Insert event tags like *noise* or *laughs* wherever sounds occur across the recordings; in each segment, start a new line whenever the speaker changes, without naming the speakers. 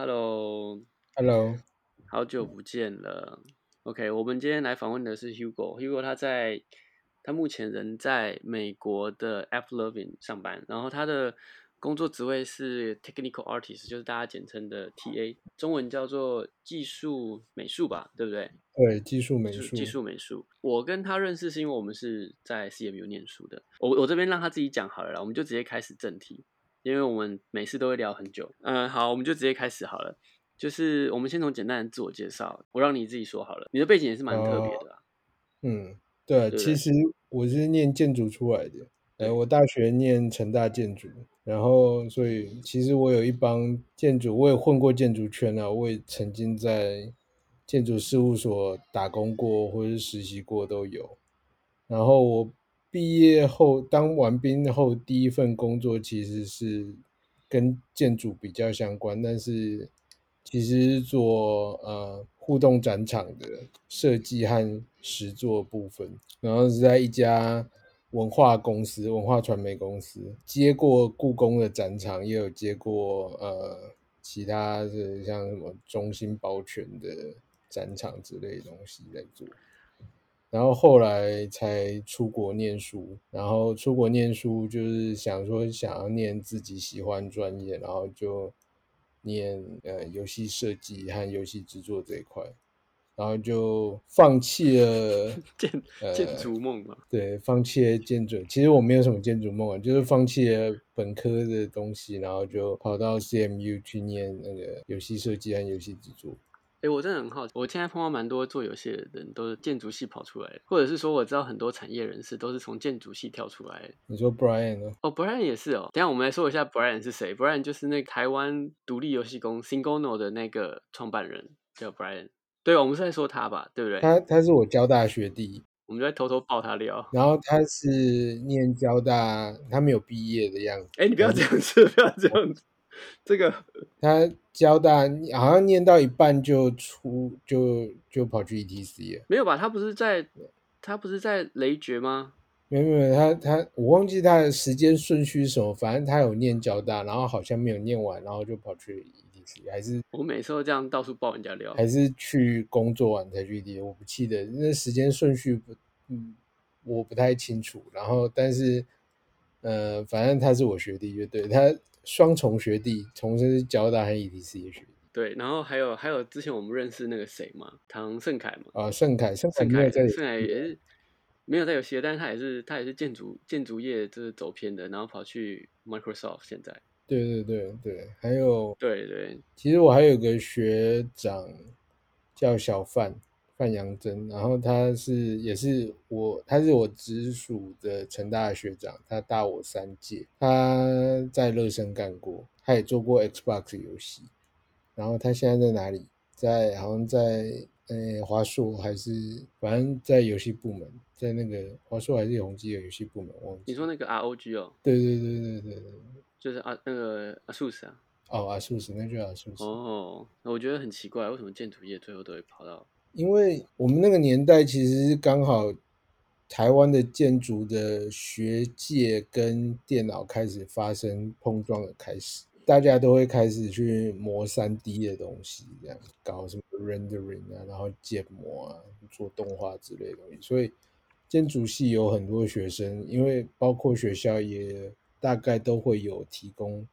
Hello，Hello，
Hello，
好久不见了。OK，我们今天来访问的是 Hugo。Hugo 他在他目前人在美国的 AppLovin 上班，然后他的工作职位是 Technical Artist，就是大家简称的 TA，中文叫做技术美术吧，对不对？
对，技术美
术技
术，
术美术，我跟他认识是因为我们是在 CMU 念书的。我我这边让他自己讲好了啦，我们就直接开始正题，因为我们每次都会聊很久。嗯，好，我们就直接开始好了。就是我们先从简单的自我介绍，我让你自己说好了。你的背景也是蛮特别
呃，
的啊啦，
嗯，对，
对不
其
对？
实我是念建筑出来的，呃，
对，
我大学念成大建筑，然后所以其实我有一帮建筑，我也混过建筑圈啊，我也曾经在建筑事务所打工过，或是实习过都有。然后我毕业后当完兵后第一份工作其实是跟建筑比较相关，但是其实是做呃互动展场的设计和实作部分，然后是在一家文化公司、文化传媒公司接过故宫的展场，也有接过呃其他的像什么中心保全的展场之类的东西在做。然后后来才出国念书，然后出国念书就是想说想要念自己喜欢专业，然后就念呃游戏设计和游戏制作这一块，然后就放弃了
建建
呃
筑梦嘛，
对，放弃了建筑。其实我没有什么建筑梦啊，就是放弃了本科的东西，然后就跑到 CMU 去念那个游戏设计和游戏制作。
哎，我真的很好奇，我现在碰到蛮多做游戏的人都是建筑系跑出来的，或者是说我知道很多产业人士都是从建筑系跳出来的。
你说 Brian 呢？
哦，Brian 也是哦。等一下我们来说一下 Brian 是谁。Brian 就是那个台湾独立游戏公 Singono 的那个创办人，叫 Brian。对，哦我们是在说他吧，对不对？
他他是我交大学弟，
我们就在偷偷爆他
*laughs*
料。
然后他是念交大，他没有毕业的样子，
哎，你不
他
要
是
这样子，不要这样子。这个
他交大好像念到一半就出就就跑去 ETC 了，
没有吧？他不是在他不是在雷爵吗？
没有没有他他我忘记他的时间顺序是什么，反正他有念交大，然后好像没有念完，然后就跑去 ETC，还是
我每次都这样到处爆人家料。
还是去工作完才去 ETC，我不记得那时间顺序不嗯我不太清楚，然后但是呃反正他是我学弟就对，他双重学弟，重生是交大和 ETC 的学弟。
对，然后还有还有之前我们认识那个谁嘛，唐盛凯嘛，
啊，盛凯，盛凯
盛
没有嗯
凯
在游
盛凯
戏
也是没有在游戏业，但是他也是他也是建筑建筑业就是走偏的，然后跑去 Microsoft 现在。
对对对对，还有，
对对，
其实我还有个学长叫小范范阳真，然后他是也是我，他是我直属的成大的学长，他大我三届，他在乐生干过，他也做过 Xbox 游戏，然后他现在在哪里？在好像在呃华硕还是反正在游戏部门，在那个华硕还是宏基的游戏部门，忘
你
记
说
了。
那个 ROG 哦，
对对对对对对。
就是啊那个 ASUS 啊，
哦，阿素食，那就阿素食。
哦，我觉得很奇怪，为什么建筑业最后都会跑到
因为我们那个年代其实是刚好台湾的建筑的学界跟电脑开始发生碰撞的开始，大家都会开始去磨 3D 的东西，这样搞什么 rendering 啊，然后建模啊，做动画之类的东西。所以建筑系有很多学生，因为包括学校也大概都会有提供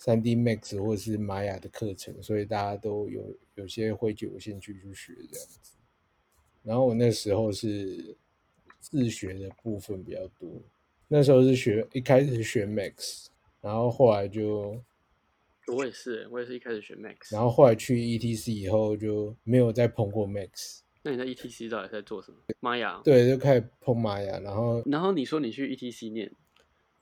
3D Max 或是玛雅的课程，所以大家都有有些会就有兴趣去学这样子。然后我那时候是自学的部分比较多，那时候是学一开始是学 Max，然后后来就
我也是，我也是一开始学 Max。
然后后来去 ETC 以后就没有再碰过 Max，
那你在 ETC 到底在做什么？妈呀！
对，就开始碰玛雅，然后
然后你说你去 ETC 念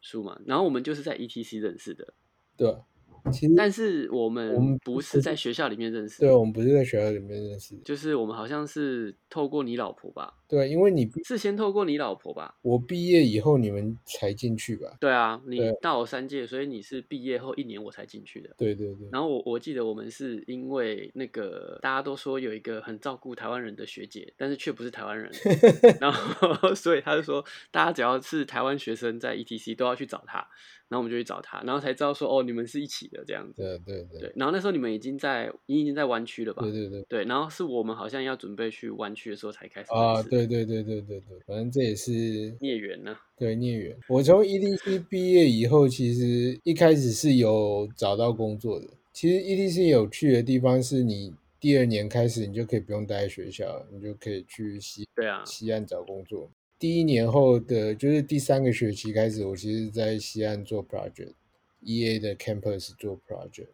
书嘛，然后我们就是在 ETC 认识的，
对啊，其实
但是我
我
们
们
不是
不
在
是，
学校里面认识
对啊，
的，
我们不是在学校里面认识的。
就是我们好像是透过你老婆吧，
对，啊因为你毕
是先透过你老婆吧？
我毕业以后你们才进去吧？
对啊，你
对
大我三届，所以你是毕业后一年我才进去的。
对对对，
然后我我记得我们是因为那个大家都说有一个很照顾台湾人的学姐，但是却不是台湾
*laughs*
人，然后 *laughs* 所以他就说大家只要是台湾学生在 ETC 都要去找他，然后我们就去找他，然后才知道说哦你们是一起的这样子。
对对对
对，然后那时候你们已经在你已经在湾区了吧？
对对对。
对，然后是我们好像要准备去湾区的时候才开始
啊，
认识
对对对对对对，反正这也是
孽缘呢。
对孽缘。我从 EDC 毕业以后，其实一开始是有找到工作的。其实 EDC 有趣的地方是你第二年开始，你就可以不用待在学校了，你就可以去西
对啊，
西岸找工作。第一年后的，就是第三个学期开始，我其实在西岸做 project，EA 的 campus 做 project，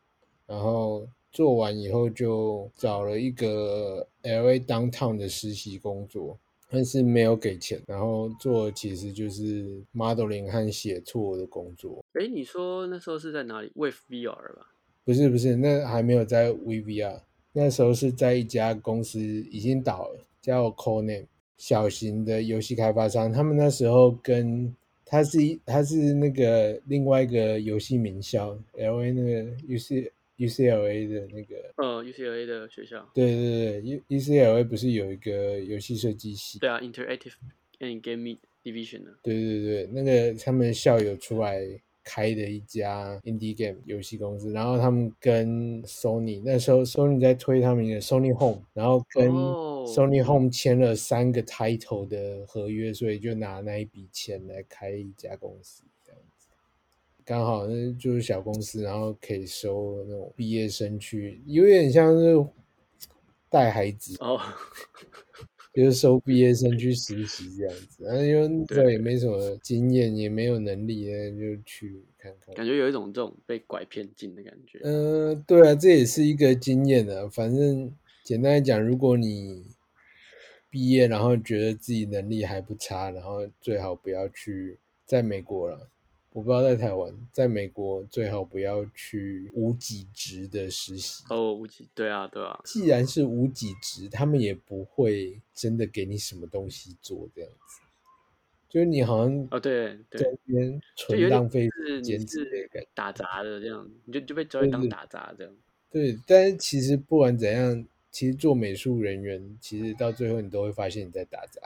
然后做完以后就找了一个 LA downtown 的实习工作，但是没有给钱，然后做的其实就是 modeling 和写作的工作，
哎，你说那时候是在哪里？Wave VR 吧？
不是不是，那还没有在 VVR，那时候是在一家公司已经倒了，叫 Conan，小型的游戏开发商。他们那时候跟他是一他是那个另外一个游戏名校 L A 那个 U C U C L A 的那个，
呃，UCLA 的学校。
对对对，U U C L A 不是有一个游戏设计系？
对啊，Interactive and Game Division 呢？
对对对，那个他们校友出来开的一家 indie game 游戏公司，然后他们跟 Sony 那时候 Sony 在推他们的 Sony Home，然后跟
哦
Sony Home 签了三个 title 的合约，所以就拿那一笔钱来开一家公司这样子。刚好那就是小公司，然后可以收那种毕业生去，有点像是带孩子
哦，
就是收毕业生去实习这样子，然后因为那时候也没什么经验，也没有能力，那就去看看。
感觉有一种这种被拐骗进的感觉。
嗯、对啊，这也是一个经验啊。反正简单来讲，如果你毕业然后觉得自己能力还不差，然后最好不要去在美国了。我不知道在台湾，在美国最好不要去无给职的实习。
哦，无极，对啊，对啊，
既然是无给职，他们也不会真的给你什么东西做这样子，就是你好像
哦，对对
在，那边
就有
纯
点
浪费
是
时
你
间之类的感
是
觉。
打杂的这样，你就就被交易当打杂这样。
对，但是其实不管怎样，其实做美术人员，其实到最后你都会发现你在打杂。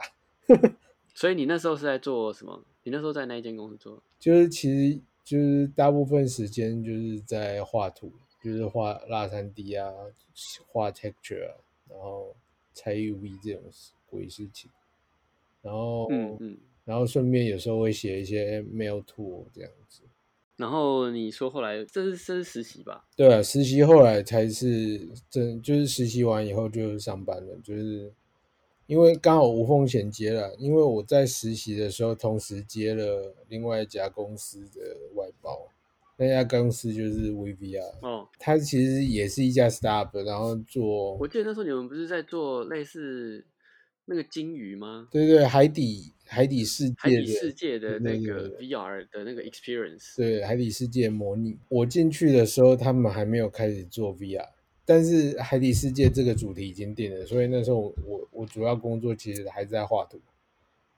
所以你那时候是在做什么？你那时候在那一间公司做？
就是其实就是大部分时间就是在画图，就是画拉三 D 啊，画 texture 啊，然后拆 UV 这种鬼事情，然后
嗯嗯。
然后顺便有时候会写一些 mail to 这样子。
然后你说后来这是这是实习吧？
对啊，实习后来才是真，就是实习完以后就上班了，就是因为刚好无缝衔接了。因为我在实习的时候，同时接了另外一家公司的外包，那家公司就是 VVR，
哦，
它其实也是一家 startup，然后做
我记得那时候你们不是在做类似那个金鱼吗？
对对海底海底世
海
界
底
的
世界的那
对
个
对
VR 的那个 experience，
对海底世界模拟。我进去的时候，他们还没有开始做 VR，但是海底世界这个主题已经定了，所以那时候我我我主要工作其实还在画图，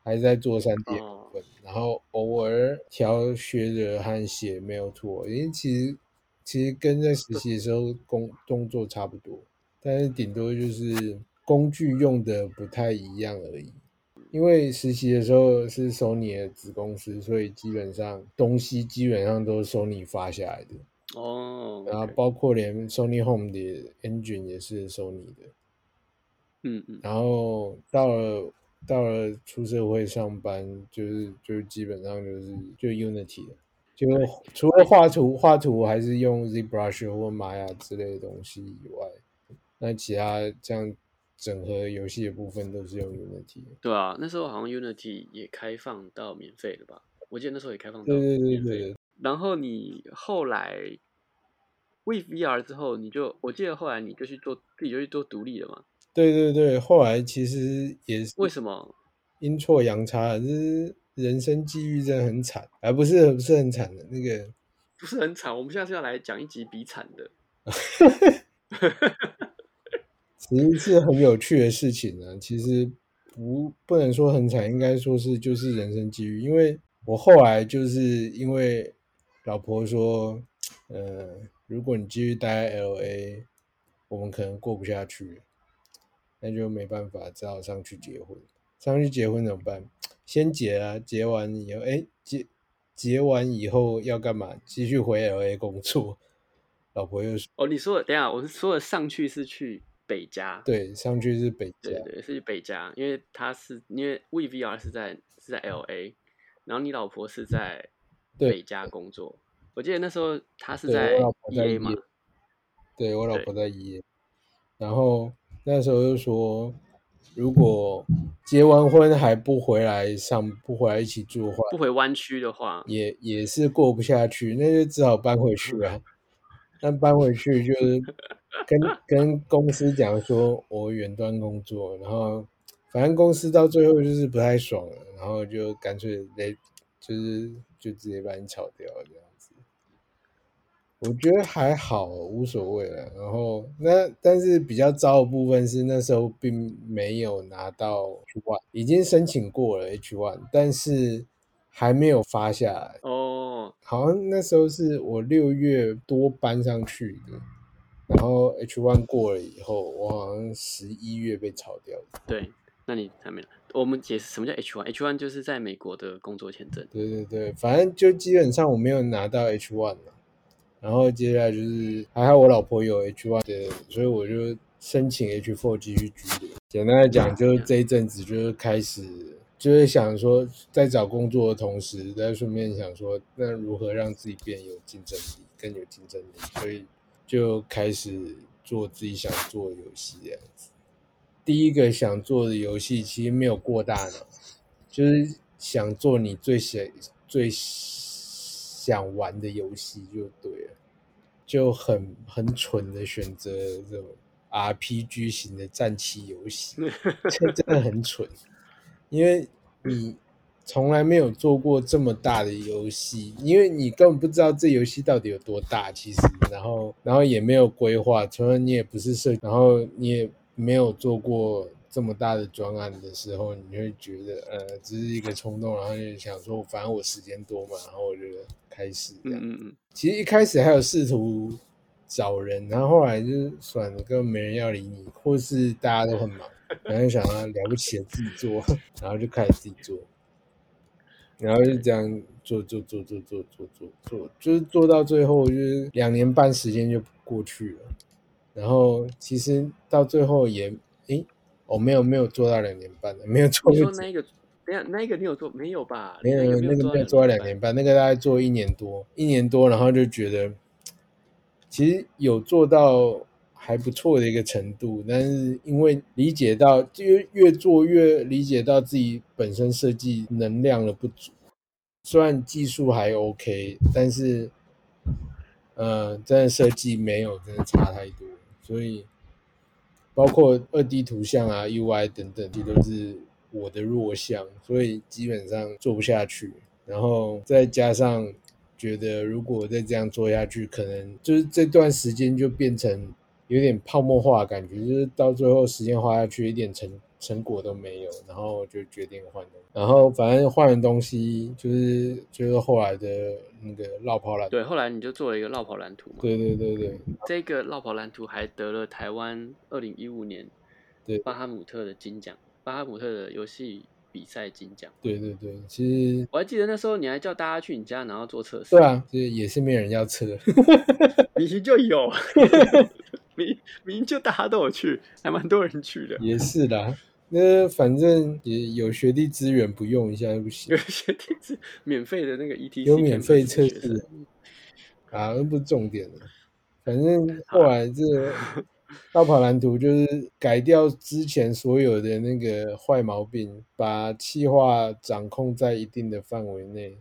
还在做三
哦
D 的部分，然后偶尔调学着和写 mail to，因为其实其实跟在实习的时候工动作差不多，但是顶多就是工具用的不太一样而已。因为实习的时候是 Sony 的子公司，所以基本上东西基本上都是 Sony 发下来的，
哦
然后
OK，
包括连 Sony Home 的 engine 也是 Sony 的。
嗯嗯，
然后到了到了出社会上班，就是就基本上就是就 Unity 了，就除了画图画图还是用 ZBrush 或 Maya 之类的东西以外，那其他这样整合游戏的部分都是用 Unity 的。
对啊，那时候好像 Unity 也开放到免费了吧？我记得那时候也开放到
对对对
免
对
费。然后你后来 with VR 之后，你就我记得后来你就去做自己就去做独立了嘛？
对对对，后来其实也是
为什么？
阴错阳差，就是人生际遇真的很惨，而、不是不是很惨的那个。
不是很惨，我们下次要来讲一集比惨的。
啊其实是很有趣的事情呢、其实不不不能说很惨，应该说是就是人生机遇。因为我后来就是因为老婆说，呃，如果你继续待在 L A，我们可能过不下去，那就没办法，只好上去结婚。上去结婚怎么办？先结啊，结完以后，哎，结结完以后要干嘛？继续回 L A 工作。老婆又说，
哦，你说的等一下，我是说的上去是去北加，
对，上去是啊北加
对，对是去北加，因为他是因为 We VR 是在是在 L A，然后你老婆是在
对
北加工作。我记得那时候他是
对
在
我老婆
E
在
A 嘛，
EA 对我老
对
婆在医院，然后那时候又说，如果结完婚还不回来上，不回来一起住的话，
不回湾区的话，
也也是过不下去，那就只好搬回去啊。但搬回去就是跟跟公司讲说，我远端工作，然后反正公司到最后就是不太爽了，然后就干脆雷，就是就直接把你炒掉这样子。我觉得还好，无所谓了。然后那但是比较糟的部分是那时候并没有拿到 H one，已经申请过了 H one，但是还没有发下来。
哦，
好像那时候是我六月多搬上去的，然后 H one 过了以后，我好像十一月被炒掉的。
对，那你还没来，我们解释什么叫 H one，H one 就是在美国的工作签证。
对对对，反正就基本上我没有拿到 H one 了。然后接下来就是还好我老婆有 H one 的，所以我就申请 H four 继续居留。简单来讲，就是这一阵子就是开始就是想说，在找工作的同时，再顺便想说，那如何让自己变有竞争力，更有竞争力，所以就开始做自己想做的游戏这样子。第一个想做的游戏其实没有过大脑，就是想做你最想最想玩的游戏就对了，就很很蠢的选择这种 RPG 型的战棋游戏，这真的很蠢，因为你从来没有做过这么大的游戏，因为你根本不知道这游戏到底有多大，其实，然后然后也没有规划，除了你也不是设，然后你也没有做过这么大的专案的时候，你就会觉得呃，只是一个冲动，然后就想说，反正我时间多嘛，然后我就开始这
嗯
样。
嗯嗯，
其实一开始还有试图找人，然后后来就是算了，根本没人要理你，或是大家都很忙，然后就想要了不起的自己做，然后就开始自己做，然后就这样做做做做做做做做，就是做到最后就是两年半时间就过去了，然后其实到最后也诶，我、没有没有做到两年半的，没有做
你说
止
那一个，等一下那一个你有做没有吧？
没
你
有
那个没
那
有
个
做
没
到
有做到
两
两
半。
年半，那个大概做一年多，一年多，然后就觉得其实有做到还不错的一个程度，但是因为理解到，就越做越理解到自己本身设计能量的不足，虽然技术还 OK，但是呃，真的设计没有真的差太多，所以包括二 D 图像啊、UI 等等，这都是我的弱项，所以基本上做不下去。然后再加上觉得，如果再这样做下去，可能就是这段时间就变成有点泡沫化的感觉，就是到最后时间花下去，一点成成果都没有，然后就决定换东西。然后反正换的东西就是就是后来的那个绕跑懒，
对，后来你就做了一个绕跑蓝图嘛。
对对对对
这个绕跑蓝图还得了台湾二零一五年
对
巴哈姆特的金奖，巴哈姆特的游戏比赛金奖。
对对对，其实
我还记得那时候你还叫大家去你家，然后做测试
对，啊，就是也是没有人要车。
明明就有， *laughs* 明明就大家都有去，还蛮多人去的。
也是啦，那反正也有学历资源不用一下就不行
有 *laughs* 一些地址免费的那个 E ETC
有免费
campus 的
测
学
试
生，
啊，那不是重点了。反正后来这个道跑蓝图就是改掉之前所有的那个坏毛病，把气化掌控在一定的范围内，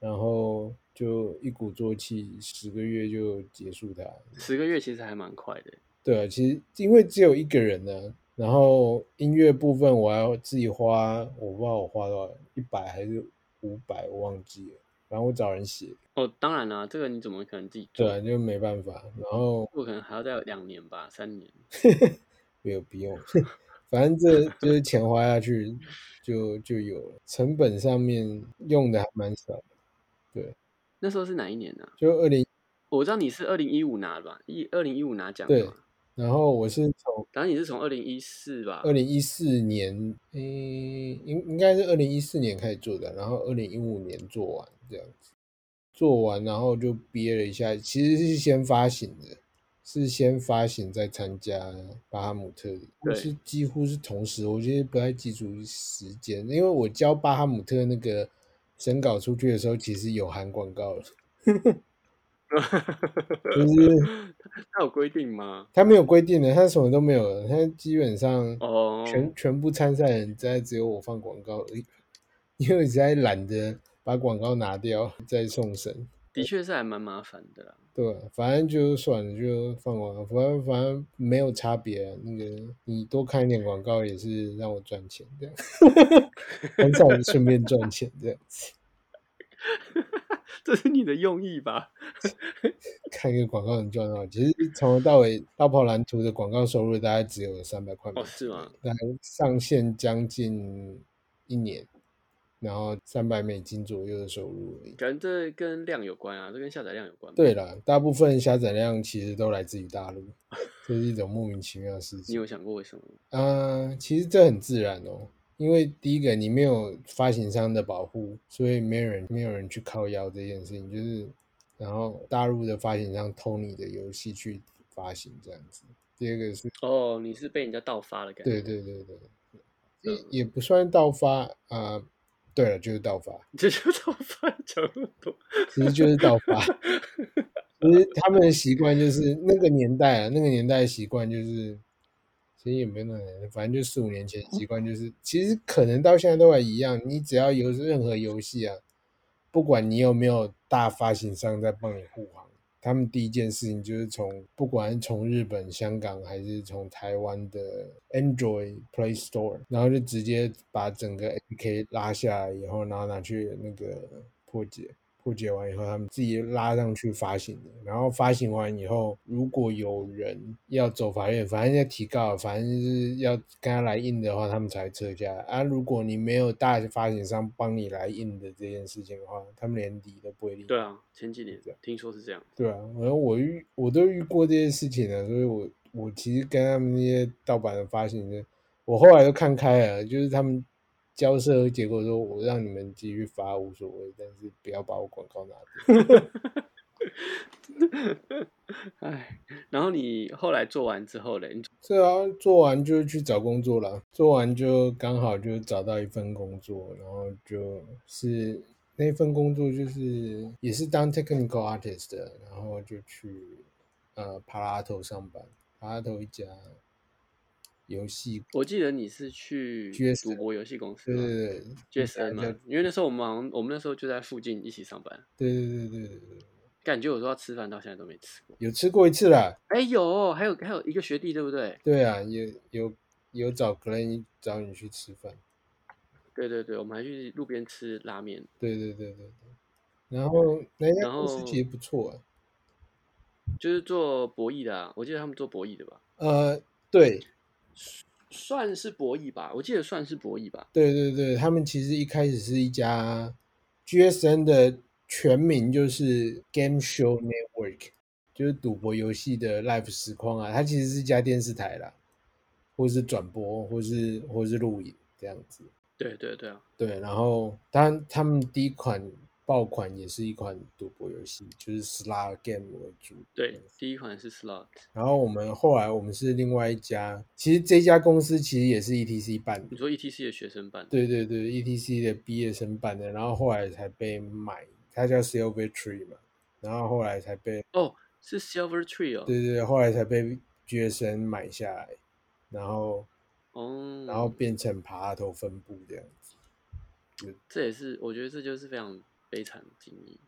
然后就一鼓作气，十个月就结束它。
十个月其实还蛮快的。
对啊，其实因为只有一个人呢，然后音乐部分我还要自己花，我不知道我花多少，一百还是五百，我忘记了。然后我找人写，
哦，当然啦、这个你怎么可能自己
对
做？
啊，就没办法。然后
我可能还要再两年吧，三年。
没有不用，反正这就是钱花下去就就有了，成本上面用的还蛮少的。
那时候是哪一年呢、啊
就二零，
我知道你是二零一五拿的吧，一二零一五拿奖
对
的嘛，
然后我是从
然后你是从二零一四吧，
二零一四年，诶、应应该是二零一四年开始做的，然后二零一五年做完这样子，做完然后就憋了一下，其实是先发行的，是先发行再参加巴哈姆特，
对
是几乎是同时，我觉得不太记住时间，因为我交巴哈姆特那个审稿出去的时候，其实有含广告了，
*laughs*
就是
他有规定吗？
他没有规定的，他什么都没有的，他基本上
哦，
全全部参赛人在只有我放广告而已，因为我实在懒得把广告拿掉再送审，
的确是还蛮麻烦的啦。
对吧？反正就算了，就放广告，反正反正没有差别、啊。那个你多看一点广告也是让我赚钱，这样，很少人顺便赚钱这样子。
这是你的用意吧？
看一个广告能赚到，其实从头到尾大跑蓝图的广告收入大概只有三百块美
哦，
金
是吗？
来上线将近一年，然后三百美金左右的收入而已。
感觉这跟量有关啊，这跟下载量有关。
对，啦，大部分下载量其实都来自于大陆，这是一种莫名其妙的事
你
情。
有想过为什么吗？
啊，其实这很自然哦，因为第一个你没有发行商的保护，所以没有人没有人去靠腰这件事情，就是然后大陆的发行商偷你的游戏去发行这样子。第二个是
哦，你是被人家盗发的感觉。
对对对对，也也不算盗发啊、对了，就是盗发，
你这就盗发讲那么多。
其实就是盗发。其实他们的习惯就是那个年代啊，那个年代的习惯就是，其实也没有那么年代，反正就四五年前的习惯就是，其实可能到现在都还一样。你只要有任何游戏啊，不管你有没有大发行商在帮你护航，他们第一件事情就是从不管是从日本、香港还是从台湾的 Android Play Store，然后就直接把整个 APK 拉下来以后，然后拿去那个破解。破解完以后，他们自己拉上去发行的。然后发行完以后，如果有人要走法院，反正要提告，反正就是要跟他来印的话，他们才会撤下来啊。如果你没有大发行商帮你来印的这件事情的话，他们连理都不会理。
对啊，前几年听说是这 *laughs* 样。
对啊，然后我遇我都遇过这些事情了，所以我我其实跟他们那些盗版的发行人，我后来都看开了，就是他们交涉结果说，我让你们继续发无所谓，但是不要把我广告拿掉。
哎，然后你后来做完之后嘞，你
是啊，做完就去找工作了，做完就刚好就找到一份工作，然后就是那份工作就是也是当 technical artist 的，然后就去呃帕拉头上班，帕拉头一家游戏，
我记得你是去
GSN
赌博游戏公司
对
吗
对对，
？GSN
叫
嘛，因为那时候我们好像我们那时候就在附近一起上班，
对对对对对对，
感觉有时候要吃饭到现在都没吃过。
有吃过一次啦，
哎，有，还有还有一个学弟对不对？
对啊，有有有找 Glen 找你去吃饭，
对对对，我们还去路边吃拉面。
对对对对对，然后那家
然
公司
后
其实不错啊。
就是做博弈的、啊，我记得他们做博弈的吧，
呃，对
算是博弈吧，我记得算是博弈吧。
对对对，他们其实一开始是一家 GSN 的全名就是 Game Show Network，就是赌博游戏的 live 实况啊，它其实是一家电视台啦，或是转播，或是或是录影这样子。
对对对啊，
对，然后当然他们第一款爆款也是一款赌博游戏，就是 Slot Game 为主。
对，第一款是 slot，
然后我们后来我们是另外一家，其实这家公司其实也是 ETC 办的
你，说 ETC 的学生办的，
对对对，ETC 的毕业生办的，然后后来才被买，它叫 Silver Tree 嘛，然后后来才被，
哦，是 Silver Tree 哦，
对对对，后来才被 GSN 买下来，然后
哦，
然后变成爬拉头分部这样子。
这也是我觉得这就是非常悲惨的经历，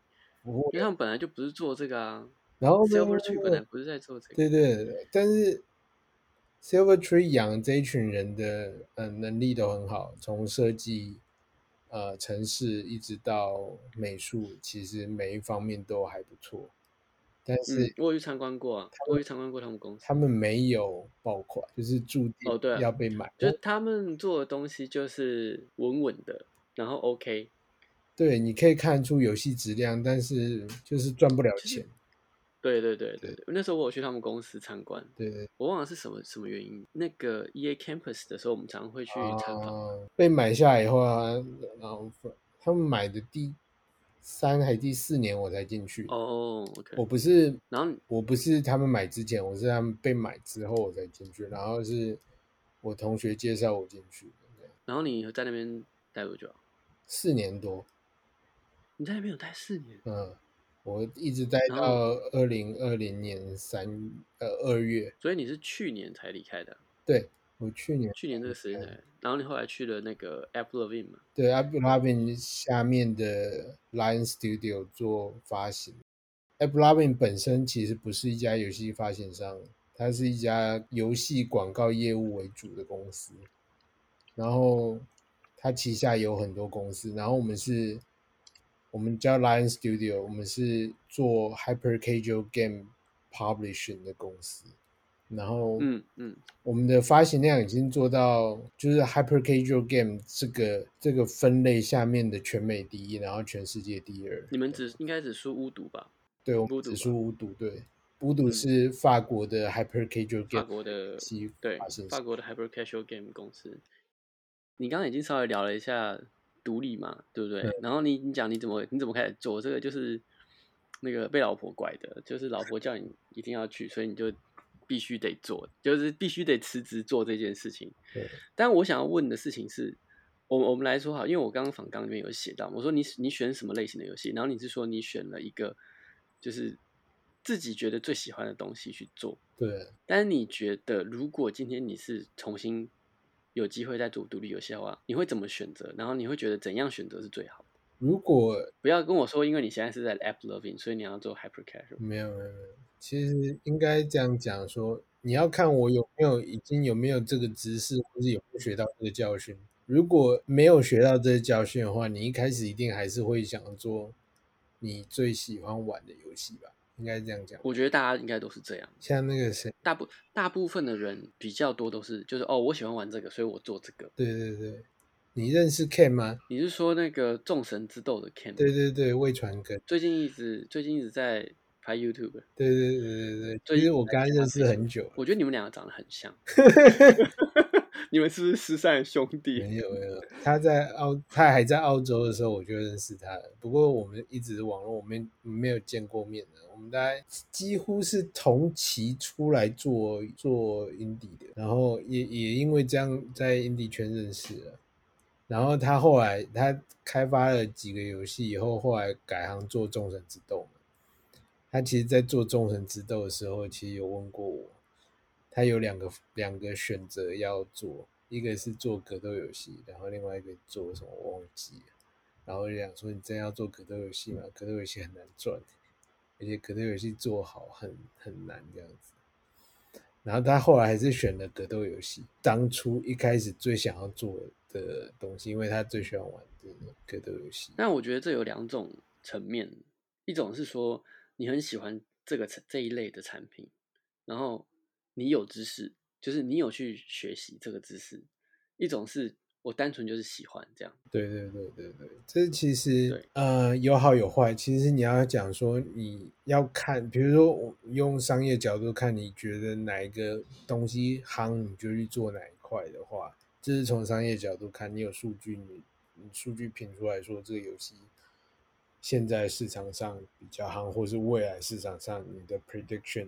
不过
因为他们本来就不是做这个啊
然后
，Silver Tree 本来不是在做这个，
对对，但是 Silver Tree 养这一群人的呃能力都很好，从设计呃城市一直到美术，其实每一方面都还不错。但是
嗯，我有去参观过啊，我有去参观过他们公司，
他们没有爆款，就是注
哦对啊
定要被买。
就是他们做的东西就是稳稳的，然后 OK，
对，你可以看出游戏质量，但是就是赚不了钱。
对对对对对，那时候我有去他们公司参观，
对对，
我忘了是什么什么原因。那个 E A Campus 的时候，我们常会去参访，
啊，被买下来以后啊，然后他们买的第三还第四年我才进去。
哦，OK、
我
o k
不是
然后
我不是他们买之前，我是他们被买之后我才进去，然后是我同学介绍我进去的，这样
然后你在那边待多久啊？
四年多，
你在那边有待四年，
嗯，我一直待
然
到
后
二零二零年三呃二月，
所以你是去年才离开的啊，
对我去年
去年这个时间才来，然后你后来去了那个 Apple Levin 嘛，
对 Apple Labin 下面的 Lion Studio 做发行。Apple Labin 本身其实不是一家游戏发行商，它是一家游戏广告业务为主的公司。然后它旗下有很多公司，然后我们是，我们叫 Lion Studio，我们是做 Hyper Casual Game Publishing 的公司。然后，
嗯嗯，
我们的发行量已经做到就是 Hyper Casual Game 这个这个分类下面的全美第一，然后全世界第二。
你们只应该只输巫毒吧？
对我
孤
们
独
指
吧
数巫毒，对，巫毒
嗯
是法国的 Hyper Casual
法
Game
国的
系
对
发行
法
商。
国的 Hyper Casual Game 公司。你刚刚已经稍微聊了一下独立嘛，对不对？然后你你讲你怎么你怎么开始做这个，就是那个被老婆拐的，就是老婆叫你一定要去，所以你就必须得做，就是必须得辞职做这件事情。
对，
但我想要问的事情是，我我们来说好，因为我刚刚访纲里面有写到，我说你你选什么类型的游戏，然后你是说你选了一个就是自己觉得最喜欢的东西去做，
对，
但是你觉得，如果今天你是重新有机会再做独立游戏的话，你会怎么选择？然后你会觉得怎样选择是最好的？
如果
不要跟我说，因为你现在是在 App Loving，所以你要做 Hyper Casual。
没有没有没有，其实应该这样讲说，你要看我有没有已经有没有这个知识，或是有没有学到这个教训。如果没有学到这个教训的话，你一开始一定还是会想做你最喜欢玩的游戏吧？应该这样讲。
我觉得大家应该都是这样，
像那个谁，
大部大部分的人比较多都是就是哦，我喜欢玩这个，所以我做这个。
对对对，你认识 Ken 吗？
你是说那个众神之斗的 Ken？
对对对，魏传根。
最近一直最近一直在拍 YouTube，
对对对对对，
最
其
近
实我跟他认识很久了。
我觉得你们两个长得很像， *laughs* 你们是不是失散兄弟？
没有没有，他在澳，他还在澳洲的时候我就认识他了。不过我们一直网络，我们没有见过面的。我们大概几乎是同期出来做做 indie 的，然后也也因为这样在 indie 圈认识了。然后他后来他开发了几个游戏以后，后来改行做《众神之斗》嘛。他其实，在做《众神之斗》的时候，其实有问过我，他有两个两个选择要做，一个是做格斗游戏，然后另外一个做什么我忘记了。然后我就想说，你真要做格斗游戏嘛？格斗游戏很难赚，而且格斗游戏做好很很难这样子。然后他后来还是选了格斗游戏，当初一开始最想要做的东西，因为他最喜欢玩这个格斗游戏。
那我觉得这有两种层面，一种是说你很喜欢这个产这一类的产品，然后你有知识，就是你有去学习这个知识；一种是我单纯就是喜欢这样。
对对对对对，这其
对
实呃有好有坏。其实你要讲说你要看，比如说我用商业角度看，你觉得哪一个东西夯，你就去做哪一块的话，这是从商业角度看，你有数据，你你数据评出来说这个游戏现在市场上比较夯，或是未来市场上你的 prediction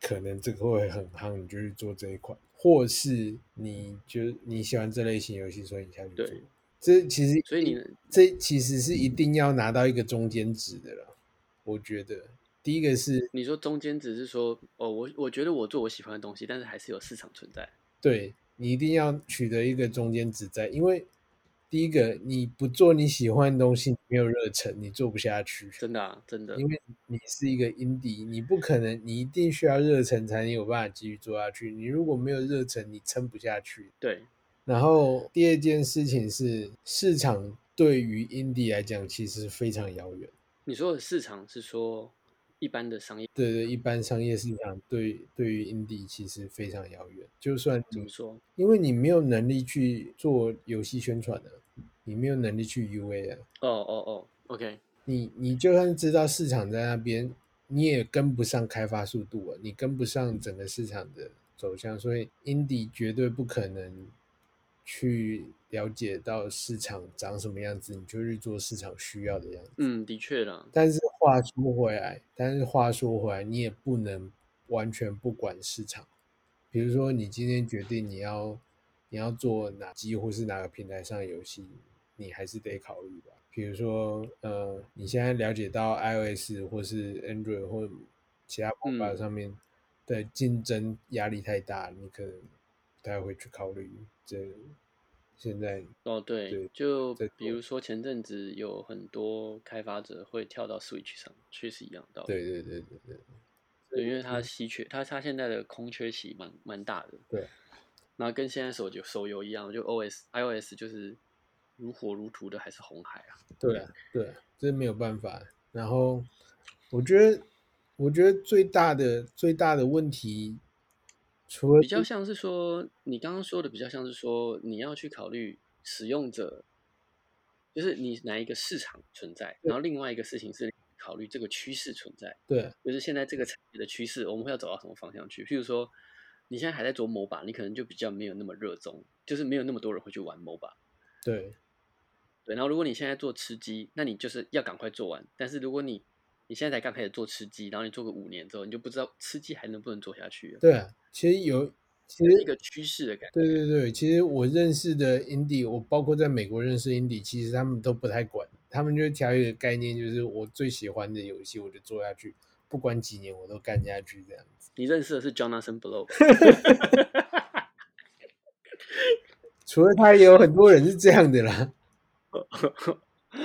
可能这个会很夯，你就去做这一款，或是你就你喜欢这类型游戏，所以你下去做
嗯对。
这其实
所以你呢
这其实是一定要拿到一个中间值的了，我觉得。第一个是
你说中间只是说哦，我我觉得我做我喜欢的东西，但是还是有市场存在。
对你一定要取得一个中间值在，因为第一个你不做你喜欢的东西，你没有热忱，你做不下去。
真的啊，真的，
因为你是一个 indie，你不可能，你一定需要热忱才能有办法继续做下去。你如果没有热忱，你撑不下去。
对，
然后第二件事情是，市场对于 indie 来讲其实非常遥远。
你说的市场是说一般的商业
对对，一般商业市场对对于 indie 其实非常遥远，就算
怎
你
么说？
因为你没有能力去做游戏宣传啊，你没有能力去 UA 啊，
哦哦哦，OK，
你你就算知道市场在那边，你也跟不上开发速度啊，你跟不上整个市场的走向，所以 indie 绝对不可能去了解到市场长什么样子，你就去做市场需要的样子。
嗯，的确啦，
但是话说回来，但是话说回来，你也不能完全不管市场。比如说，你今天决定你要你要做哪机或是哪个平台上的游戏，你还是得考虑吧。比如说，呃，你现在了解到 iOS 或是 Android 或其他 mobile
嗯
上面的竞争压力太大，你可能不太会去考虑这现在
哦对
对，
就
在
比
做
如说前阵子有很多开发者会跳到 Switch 上，确实一样道理。
对嗯对对对对
对，因为它稀缺，它它现在的空缺期蛮蛮大的，
对，
*laughs* 然后跟现在手游手游一样，就 OS iOS 就是如火如荼的还是红海啊。
对啊，对啊，这没有办法。然后我觉得，我觉得最大的最大的问题，除了
比较像是说，你刚刚说的比较像是说，你要去考虑使用者，就是你哪一个市场存在，然后另外一个事情是考虑这个趋势存在，
对
就是现在这个产业的趋势，我们会要走到什么方向去？譬如说，你现在还在做 MOBA，你可能就比较没有那么热衷，就是没有那么多人会去玩 MOBA。
对
对，然后如果你现在做吃鸡，那你就是要赶快做完。但是如果你你现在才刚开始做吃鸡，然后你做个五年之后，你就不知道吃鸡还能不能做下去了，
对啊，其实有，其
这是一
实
个趋势的感觉。
对对对，其实我认识的 indie，我包括在美国认识 indie，其实他们都不太管，他们就调一个概念，就是我最喜欢的游戏我就做下去，不管几年我都干下去这样子。
你认识的是 Jonathan
*laughs*
Blow，吧
除了他，也有很多人是这样的啦。
*laughs*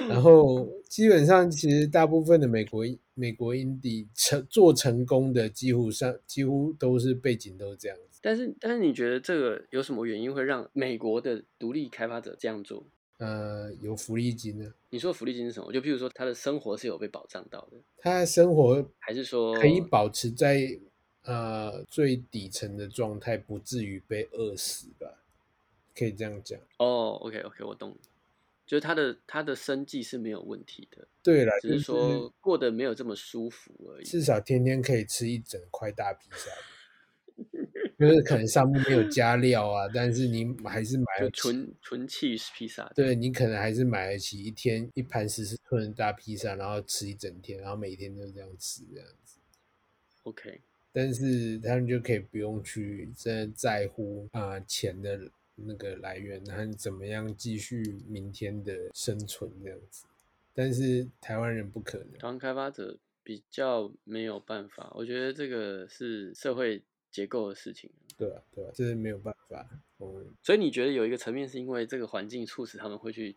然后基本上，其实大部分的美国美国 indie 成做成功的，几乎上几乎都是背景都是这样子。
但是但是你觉得这个有什么原因会让美国的独立开发者这样做？
呃，有福利金呢，
你说的福利金是什么？就譬如说他的生活是有被保障到的，
他生活
还是说
可以保持在呃最底层的状态，不至于被饿死吧？可以这样讲。
哦，OK OK，我懂了，就是他的他的生计是没有问题的，
对了，
只
就是是
说过得没有这么舒服而已。
至少天天可以吃一整块大披萨，就是可能上面没有加料啊，但是你还是买
就
得起。
纯纯 cheese 披萨这样。
对你可能还是买得起一天一盘十四寸的大披萨，然后吃一整天，然后每天都这样吃这样子。
OK，
但是他们就可以不用去真的在乎啊、呃钱的那个来源，和怎么样继续明天的生存这样子。但是台湾人不可能，
台湾开发者比较没有办法，我觉得这个是社会结构的事情。啊
对吧、对吧、啊这是没有办法。我们
所以你觉得有一个层面是因为这个环境促使他们会去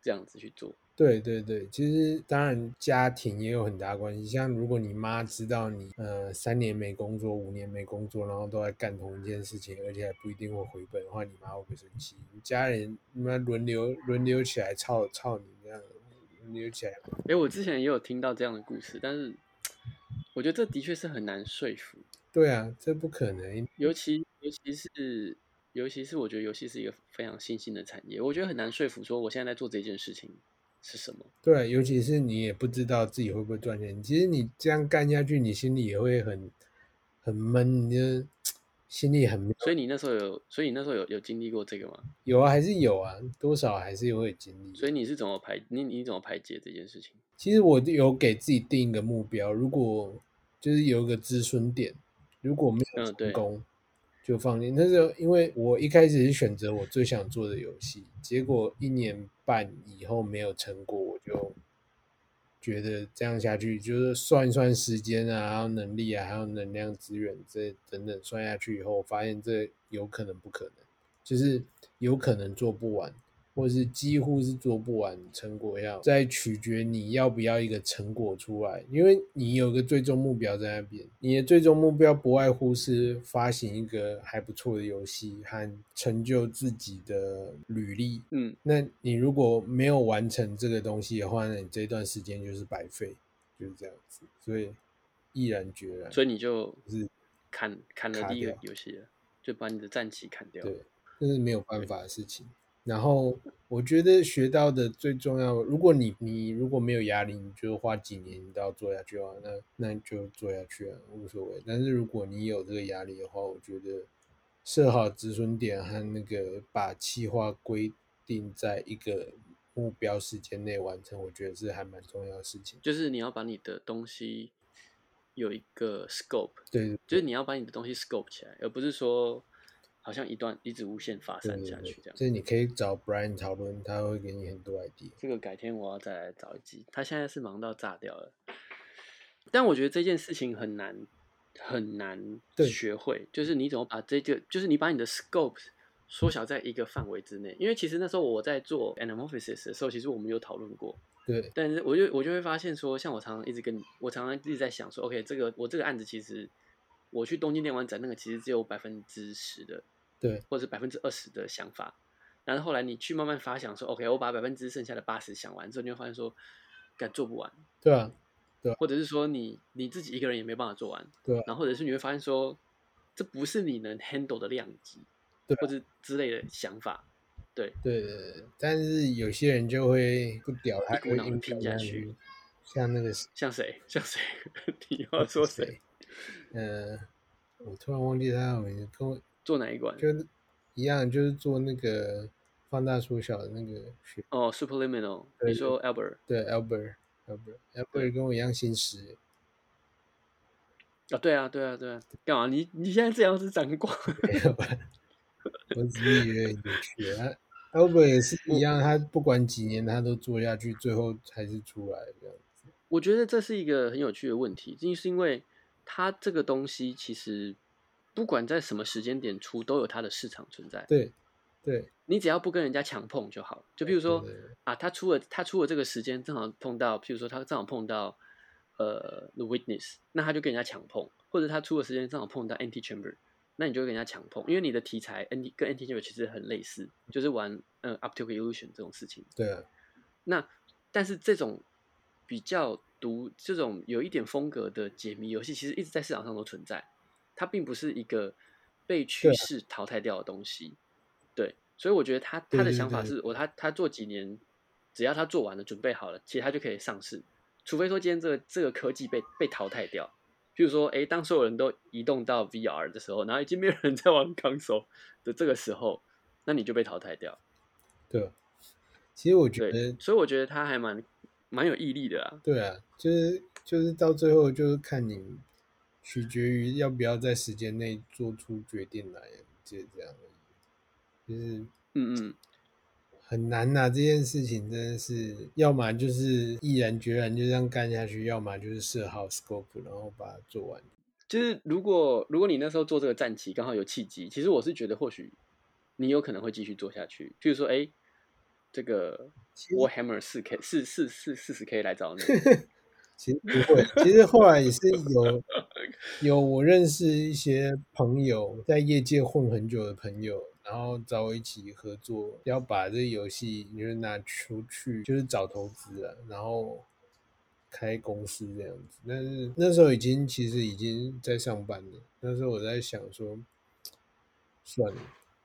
这样子去做？
对对对，其实当然家庭也有很大关系。像如果你妈知道你呃三年没工作、五年没工作，然后都在干同一件事情，而且还不一定会回本的话，你妈会不会生气？你家人你妈轮流轮流起来操操你这样，轮流起来，
诶，我之前也有听到这样的故事，但是我觉得这的确是很难说服，
对啊，这不可能。
尤其尤其是尤其是我觉得游戏是一个非常新兴的产业，我觉得很难说服说我现在在做这件事情是什么。
对啊，尤其是你也不知道自己会不会赚钱，其实你这样干下去，你心里也会很很闷，你就心里很没有
所以你那时候有，所以你那时候有有经历过这个吗？
有啊，还是有啊，多少还是会有经历
所
的。
以你是怎么排你你怎么排解这件事情？
其实我有给自己定一个目标，如果就是有一个止损点，如果没有
嗯，
成
对，
功就放弃。那时候因为我一开始是选择我最想做的游戏，结果一年半以后没有成果，我就觉得这样下去就是算一算时间啊，还有能力啊，还有能量资源这等等算下去以后，我发现这有可能不可能，就是有可能做不完。或是几乎是做不完，成果要再取决你要不要一个成果出来，因为你有个最终目标在那边，你的最终目标不外乎是发行一个还不错的游戏和成就自己的履历。
嗯，
那你如果没有完成这个东西的话，那你这段时间就是白费，就是这样子。所以毅然决然。
所以你就是砍砍了
卡
第一个
掉
游戏了，就把你的战旗砍掉。
对这是没有办法的事情。然后我觉得学到的最重要，如果你你如果没有压力，你就花几年你都要做下去啊，那那你就做下去啊，无所谓。但是如果你有这个压力的话，我觉得设好止损点和那个把计划规定在一个目标时间内完成，我觉得是还蛮重要的事情。
就是你要把你的东西有一个 scope，
对，
就是你要把你的东西 scope 起来，而不是说好像一段一直无限发
对
散
对
下
对
去这，样。
所以你可以找 Brian 讨论，他会给你很多 idea。
这个改天我要再来找一集。他现在是忙到炸掉了，但我觉得这件事情很难很难
对
学会，就是你怎么把这个，就是你把你的 scope 缩小在一个范围之内。因为其实那时候我在做 anamorphosis 的时候，其实我们有讨论过，
对，
但是我就我就会发现说，像我常常一直跟你，我常常一直在想说，OK，这个我这个案子其实我去东京电玩展那个其实只有百分之十的
对，
或者是百分之二十的想法，然后后来你去慢慢发想说，OK，我把百分之剩下的八十想完之后，你会发现说，干做不完，
对啊，
或者是说你你自己一个人也没办法做完，
对啊
然后或者是你会发现说，这不是你能 handle 的量级，
对啊
或者之类的想法，对，
对对对，但是有些人就会不屌他，
一股脑地拼下去，
像那个
像谁 *laughs* 像谁，你要说谁
谁，呃，我突然忘记他的名字，跟我
做哪一关？
就一样，就是做那个放大缩小的那个学，
哦，Superliminal，
对
你
对
说 Albert
对，Albert Albert Albert 跟我一样心实，
啊、对啊，对啊，对啊，干嘛？你你现在这样是长官？
没有吧？ *laughs* 我只是觉得有趣啊。Albert 也是一样，他不管几年他都做下去，最后还是出来这样子。
*laughs* 我觉得这是一个很有趣的问题，就是因为它这个东西其实不管在什么时间点出，都有它的市场存在。
对，对，
你只要不跟人家强碰就好。就比如说
对对对
啊，他出了他出了这个时间，正好碰到，譬如说他正好碰到呃 The Witness，那他就跟人家强碰，或者他出的时间正好碰到 Anti Chamber，那你就会跟人家强碰，因为你的题材 Anti 跟 Anti Chamber 其实很类似，就是玩呃 Optical Illusion 这种事情。
对啊，
那但是这种比较独、这种有一点风格的解谜游戏，其实一直在市场上都存在，它并不是一个被趋
对啊
势淘汰掉的东西。对，所以我觉得他他
对
的
对
想法
对
是，我他他做几年，只要他做完了，准备好了，其实他就可以上市。除非说今天这个这个科技被被淘汰掉，譬如说，诶，当所有人都移动到 VR 的时候，然后已经没有人在玩 *laughs* console 的这个时候，那你就被淘汰掉。
对啊。其实我觉
对
得，
所以我觉得他还蛮蛮有毅力的啊。
对啊，就是就是到最后就是看你取决于要不要在时间内做出决定来，就是这样而已，就是
嗯嗯，
很难呐、这件事情真的是，要么就是毅然决然就这样干下去，要么就是设好 scope 然后把它做完。
就是如果如果你那时候做这个战旗刚好有契机，其实我是觉得或许你有可能会继续做下去。譬如说，哎、这个
其实
Warhammer 四 K 四四四四十 K 来找 *laughs* 你，
其实不会，其实后来也是有有我认识一些朋友，在业界混很久的朋友，然后找我一起合作，要把这个游戏就是拿出去，就是找投资啊，然后开公司这样子。但是那时候已经其实已经在上班了，那时候我在想说，算了。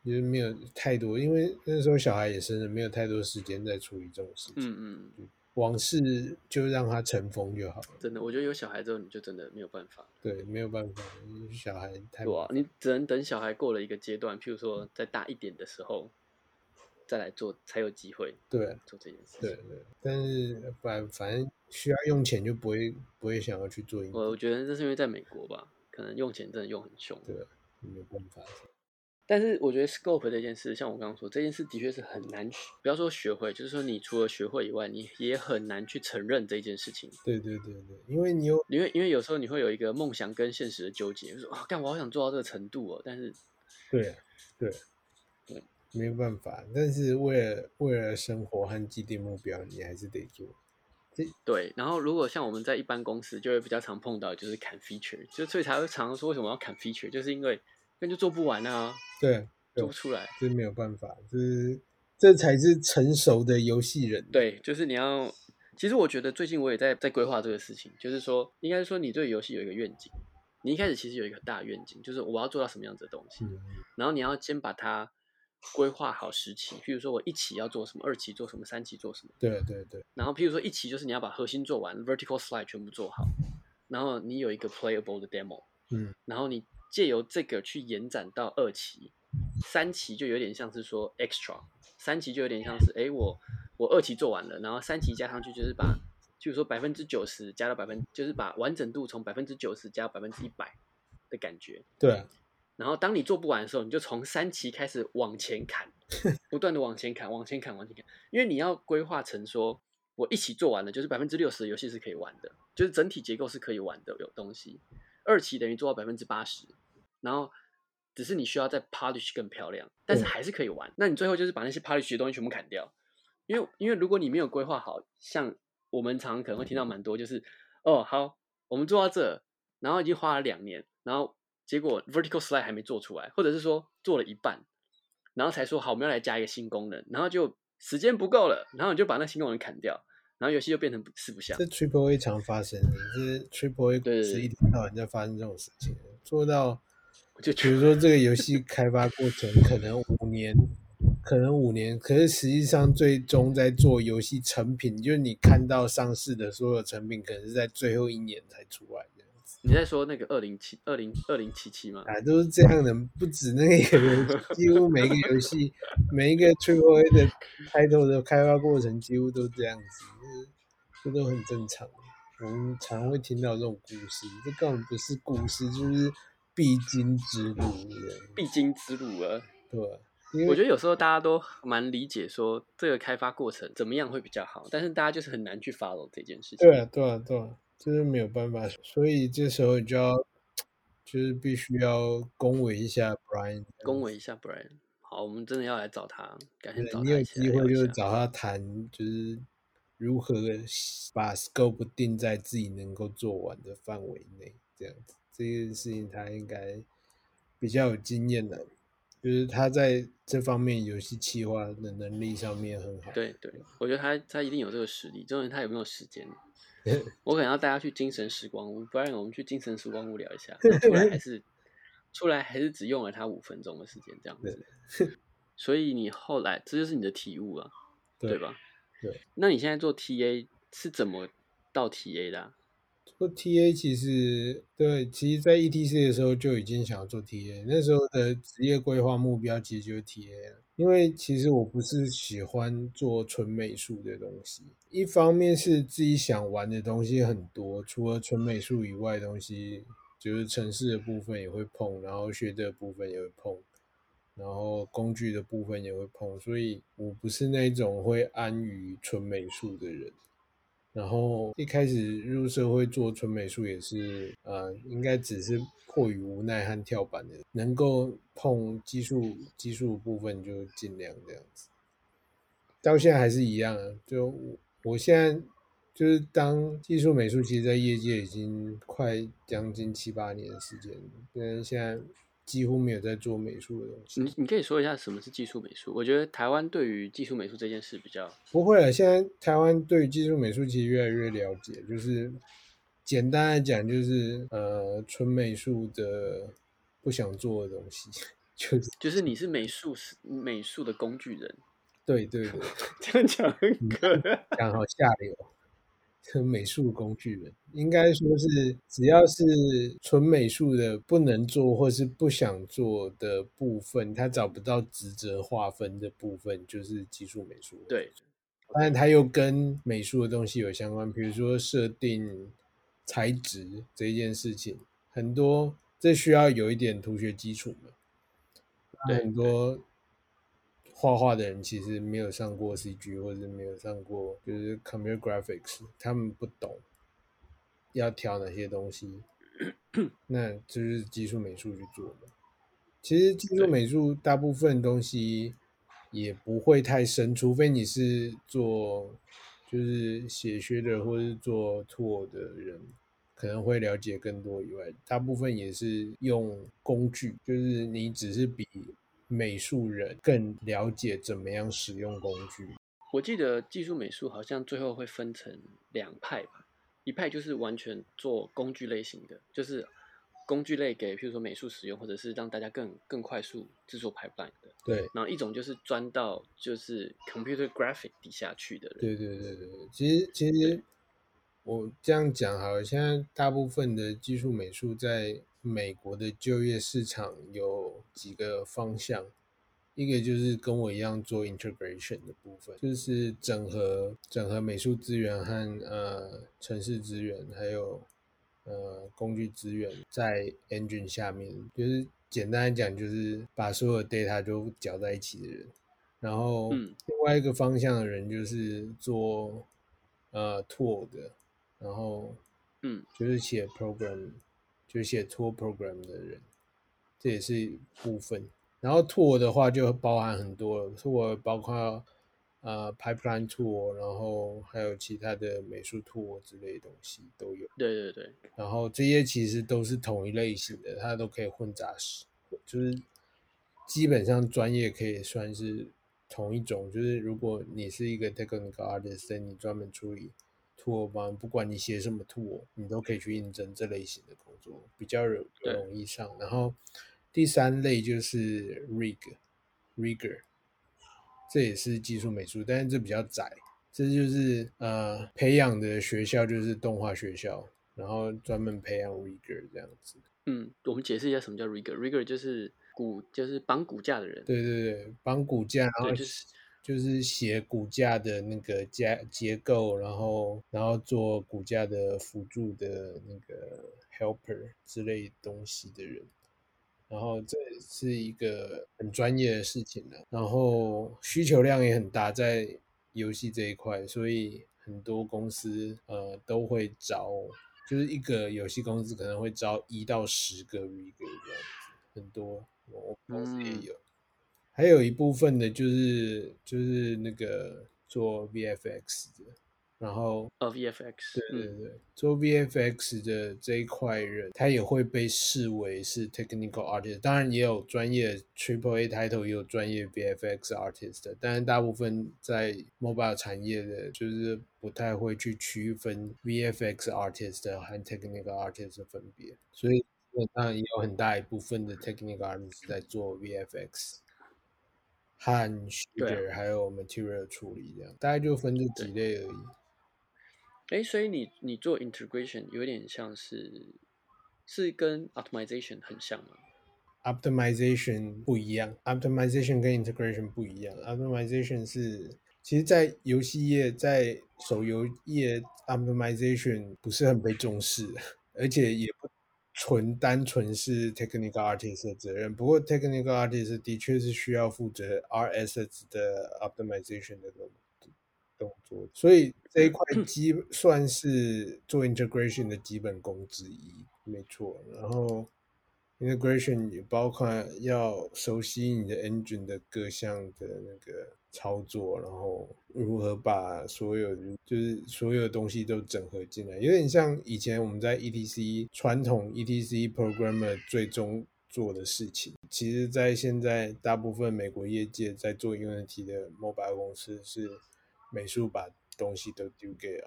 就是没有太多，因为那时候小孩也生了，没有太多时间再处理这种事情。
嗯 *laughs* 嗯，
往事就让它尘封就好了。
真的，我觉得有小孩之后你就真的没有办法，
对，没有办法，小孩太
对啊，你只能等小孩过了一个阶段，譬如说再大一点的时候，再来做才有机会
对啊
做这件事
对
情。
啊对啊，但是反反正需要用钱就不会不会想要去做音
我
乐，
我觉得这是因为在美国吧，可能用钱真的用很凶。
对啊，没有办法。
但是我觉得 scope 这件事，像我刚刚说，这件事的确是很难学，不要说学会，就是说你除了学会以外，你也很难去承认这件事情，
对对对对，因为你有
因为因为有时候你会有一个梦想跟现实的纠结，就说啊，干我好想做到这个程度哦，但是
对啊对啊
对
没有办法，但是为了为了生活和既定目标，你还是得做。
对，然后如果像我们在一般公司就会比较常碰到，就是砍 feature，就所以才会常说为什么要砍 feature，就是因为根本就做不完啊，
对啊，对
做不出来。
这没有办法，这这才是成熟的游戏人。
对，就是你要其实我觉得最近我也在在规划这个事情，就是说，应该是说你对游戏有一个愿景，你一开始其实有一个大愿景，就是我要做到什么样子的东西，
嗯
然后你要先把它规划好时期，譬如说我一期要做什么，二期做什么，三期做什么，
对对对，
然后譬如说一期就是你要把核心做完，vertical slide 全部做好，然后你有一个 playable 的 demo，
嗯，
然后你借由这个去延展到二期，三期就有点像是说 extra，三期就有点像是哎、诶我我二期做完了，然后三期加上去就是把，就是说百分之九十加到百分，就是把完整度从百分之九十加到百分之一百的感觉。
对啊，
然后当你做不完的时候，你就从三期开始往前砍，不断的往前砍，往前砍，往前砍，因为你要规划成说，我一期做完了，就是百分之六十的游戏是可以玩的，就是整体结构是可以玩的有东西。二期等于做到百分之八十，然后只是你需要再 polish 更漂亮，但是还是可以玩。那你最后就是把那些 polish 的东西全部砍掉，因为因为如果你没有规划好，像我们常常可能会听到蛮多，就是哦好，我们做到这，然后已经花了两年，然后结果 vertical slide 还没做出来，或者是说做了一半，然后才说好我们要来加一个新功能，然后就时间不够了，然后你就把那新功能砍掉，然后游戏就变成不四不像
这。Triple A 常发生的，这 Triple
对
A 公
对
司
对
一天到晚在发生这种事情，做到
我就
比
觉
如
得
说这个游戏开发过程可能五年，可能五年，可是实际上最终在做游戏成品，就是你看到上市的所有成品，可能是在最后一年才出来这样子。
你在说那个二零七二零二零七七吗？
啊，都是这样的，不止那个游戏，几乎每一个游戏，每一个 Triple A 的开头的开发过程几乎都这样子，这这都很正常。我们常会听到这种故事，这根本不是故事，就是必经之路这样，
必经之路啊！
对吧？因
我
为
觉得有时候大家都蛮理解说这个开发过程怎么样会比较好，但是大家就是很难去 follow 这件事情。
对啊，对啊，对啊，就是没有办法，所以这时候你就要，就是必须要恭维一下 Brian，这样
恭维一下 Brian。好，我们真的要来找他，改天
对
找
你
他
有
一起来
机会
聊一
就是
下
找他谈，就是如何把 scope 定在自己能够做完的范围内，这样子这件事情他应该比较有经验的，就是他在这方面游戏企划的能力上面很好。
对对，我觉得他他一定有这个实力，重点他有没有时
*laughs*
间。我可能要带他去精神时光屋，不然我们去精神时光屋聊一下。那出来还是出来还是只用了他五分钟的时间这样子。所以你后来这就是你的体悟啊，
对
对吧？
对。
那你现在做 TA 是怎么到 TA 的啊、
做 TA 其实对，其实在 ETC 的时候就已经想要做 TA，那时候的职业规划目标其实就是 TA 了因为其实我不是喜欢做纯美术的东西，一方面是自己想玩的东西很多，除了纯美术以外的东西，就是城市的部分也会碰，然后学的部分也会碰，然后工具的部分也会碰，所以我不是那种会安于纯美术的人。然后一开始入社会做纯美术也是，呃，应该只是迫于无奈和跳板的，能够碰技术技术部分就尽量这样子。到现在还是一样啊，就我我现在就是当技术美术，其实在业界已经快将近七八年的时间了，但现在几乎没有在做美术的东西。
你你可以说一下什么是技术美术？我觉得台湾对于技术美术这件事比较
不会啊了，现在台湾对于技术美术其实越来越了解，就是简单来讲，就是呃，纯美术的不想做的东西， *laughs* 就是
就是你是美术是美术的工具人，
对对对，
这样讲
嗯
很可 *laughs* 爱。
讲好下流，这美术工具人应该说是只要是纯美术的不能做或是不想做的部分，他找不到职责划分的部分，就是技术美术。
对，
但是它又跟美术的东西有相关，比如说设定材质这一件事情，很多这需要有一点图学基础嘛。那
对
很多画画的人其实没有上过 CG 或者是没有上过就是 computer graphics，他们不懂要挑哪些
*clears throat*
东西，那就是技术美术去做嘛。其实技术
对
美术大部分东西也不会太深，除非你是做就是写学的或是做 tour 的人，可能会了解更多以外，大部分也是用工具，就是你只是比美术人更了解怎么样使用工具，
我记得技术美术好像最后会分成两派吧，一派就是完全做工具类型的，就是工具类给譬如说美术使用，或者是让大家更更快速制作 pipeline 的。
对
然后一种就是钻到就是 computer graphic 底下去的人。
对对对对，对其实其实我这样讲好了，现在大部分的技术美术在美国的就业市场有几个方向，一个就是跟我一样做 integration 的部分，就是整合整合美术资源和呃城市资源，还有呃工具资源在 engine 下面，就是简单来讲就是把所有 data 都搅在一起的人。然后
嗯
另外一个方向的人就是做呃 tool 的，然后
嗯，
就是写 program，就是写 tool program 的人，这也是一部分。然后 tool 的话就包含很多了，tool 包括呃 pipeline tool，然后还有其他的美术 tool 之类的东西都有。
对对对，
然后这些其实都是同一类型的，它都可以混杂使，就是基本上专业可以算是同一种。就是如果你是一个 technical artist，then 你专门处理 tool 帮，不管你写什么 tool，你都可以去应征这类型的工作，比较容
对
容易上。然后第三类就是 rig rigger，这也是技术美术，但是这比较窄。这就是呃培养的学校就是动画学校，然后专门培养 rigger 这样子。
嗯，我们解释一下什么叫 rigger。rigger 就是骨，就是绑骨架的人。
对对对，绑骨架，然后
嗯对就是
就是写骨架的那个架结构，然后然后做骨架的辅助的那个 helper 之类东西的人。然后这也是一个很专业的事情了、然后需求量也很大，在游戏这一块，所以很多公司呃都会招，就是一个游戏公司可能会招一到十个 r e g e r 这样子，很多我我公司也
嗯
有，还有一部分的就是就是那个做 VFX 的，然后
呃 VFX，
对对
嗯，
对，做 VFX 的这一块人，他也会被视为是 technical artist，当然也有专业 Triple A title，也有专业 VFX artist，的但是大部分在 mobile 产业的，就是不太会去区分 VFX artist 和 technical artist 的分别，所以基本上也有很大一部分的 technical artist 在做 VFX。和
对啊
shader 还有 material 处理这样，大概就分这几类而已。
哎，所以你你做 integration 有点像是是跟 optimization 很像吗？
optimization 不一样，optimization 跟 integration 不一样。optimization 是，其实，在游戏业，在手游业，optimization 不是很被重视，而且也不纯单纯是 technical artist 的责任。不过，technical artist 的确是需要负责 RSS 的 optimization 的工动作，所以这一块基算是做 integration 的基本功之一，没错。然后 integration 也包括要熟悉你的 engine 的各项的那个操作，然后如何把所有就是所有东西都整合进来，有点像以前我们在 ETC 传统 ETC programmer 最终做的事情。其实，在现在大部分美国业界在做 Unity 的 mobile 公司是美术把东西都丢给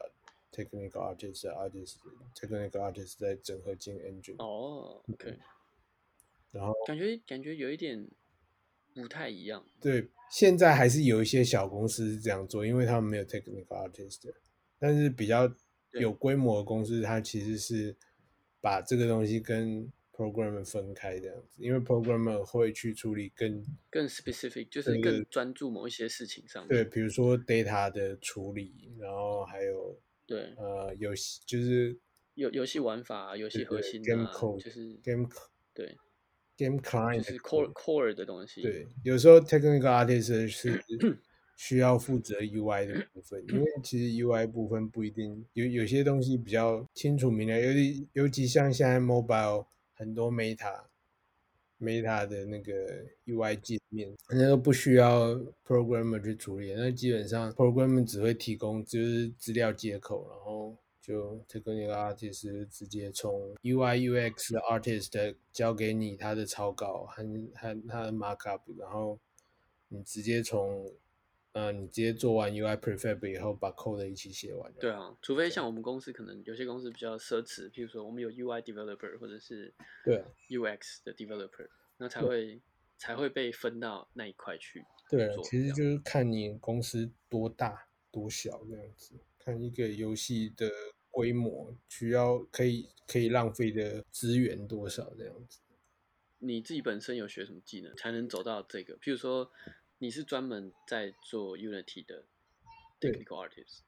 technical artist artist technical artist 再整合进 engine，、
哦，OK，
然后
感觉感觉有一点不太一样。
对，现在还是有一些小公司是这样做，因为他们没有 technical artist，但是比较
对
有规模的公司，它其实是把这个东西跟 programmer 分开这样子，因为 programmer 会去处理更
更 specific 就是
对对
更专注某一些事情上
对，
面。
比如说 data 的处理，然后还有
对，
呃游戏就是
游游戏玩法啊、游戏核
对
心
game
啊，
code
就是
game
对，
game
就
client 的
是嗯 core core 的东西。
对，有时候 technical artist
*clears throat*
是需要负责 UI 的部分，因为
嗯
其实 UI 部分不一定有有些东西比较清楚明了，尤其尤其像现在 mobile 很多 Meta Meta 的那个 UI 界面，那个不需要 programmer 去处理，那基本上 programmer 只会提供就是资料接口，然后。就 technical artist 就直接从 UI UX 的 artist 交给你他的草稿和和他的 markup，然后你直接从呃，你直接做完 UI prefab 以后，把 code 一起写完。
对啊，除非像我们公司，可能有些公司比较奢侈，譬如说我们有 UI developer 或者是
对啊
UX 的 developer，那才会才会被分到那一块去
对啊
做。
其
这
实
样
就是看你公司多大多小这样子，看一个游戏的规模，需要可以可以浪费的资源多少这样子。
你自己本身有学什么技能，才能走到这个？譬如说，你是专门在做 Unity 的
对
technical artist，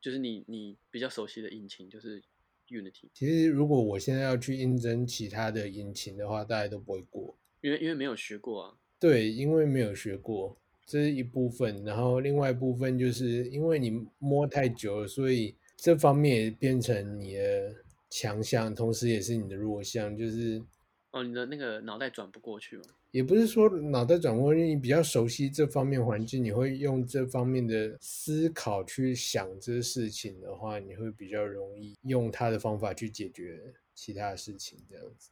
就是你你比较熟悉的引擎就是 Unity，
其实如果我现在要去应征其他的引擎的话，大家都不会过。
因为因为没有学过啊。
对，因为没有学过，这是一部分。然后另外一部分就是因为你摸太久了，所以这方面也变成你的强项，同时也是你的弱项。就是
哦，你的那个脑袋转不过去嘛？
也不是说脑袋转过去，你比较熟悉这方面环境，你会用这方面的思考去想这事情的话，你会比较容易用他的方法去解决其他的事情，这样子。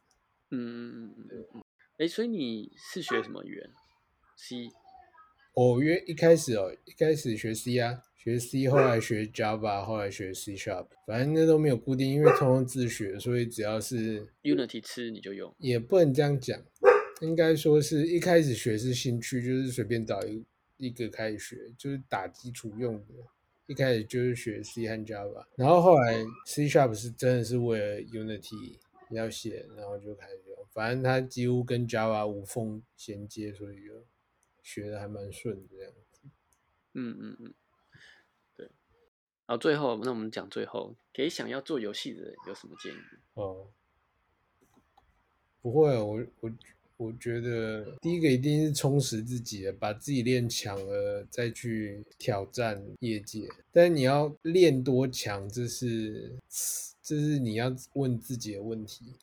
嗯嗯嗯嗯嗯嗯。哎、所以你是学什么语言？C
我约一开始哦，一开始学 C 啊，学 C，后来学 Java，后来学 C Sharp，反正那都没有固定，因为通通自学，所以只要是
Unity 吃你就用。
也不能这样讲，应该说是一开始学是兴趣，就是随便找一一个开始学，就是打基础用的。一开始就是学 C 和 Java，然后后来 C Sharp 是真的是为了 Unity 要写，然后就开始用，反正它几乎跟 Java 无缝衔接，所以就学的还蛮顺的这样。
嗯嗯嗯，对。好，最后那我们讲最后，给想要做游戏的人有什么建议？
哦，不会，我我我觉得第一个一定是充实自己的，把自己练强了再去挑战业界。但你要练多强，这是这是你要问自己的问题。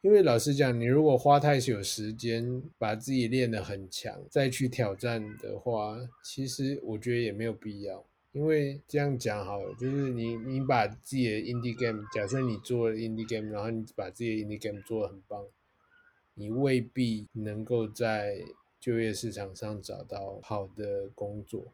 因为老实讲，你如果花太久时间把自己练得很强，再去挑战的话，其实我觉得也没有必要。因为这样讲好了，就是你你把自己的 indie game，假设你做了 indie game，然后你把自己的 indie game 做得很棒，你未必能够在就业市场上找到好的工作。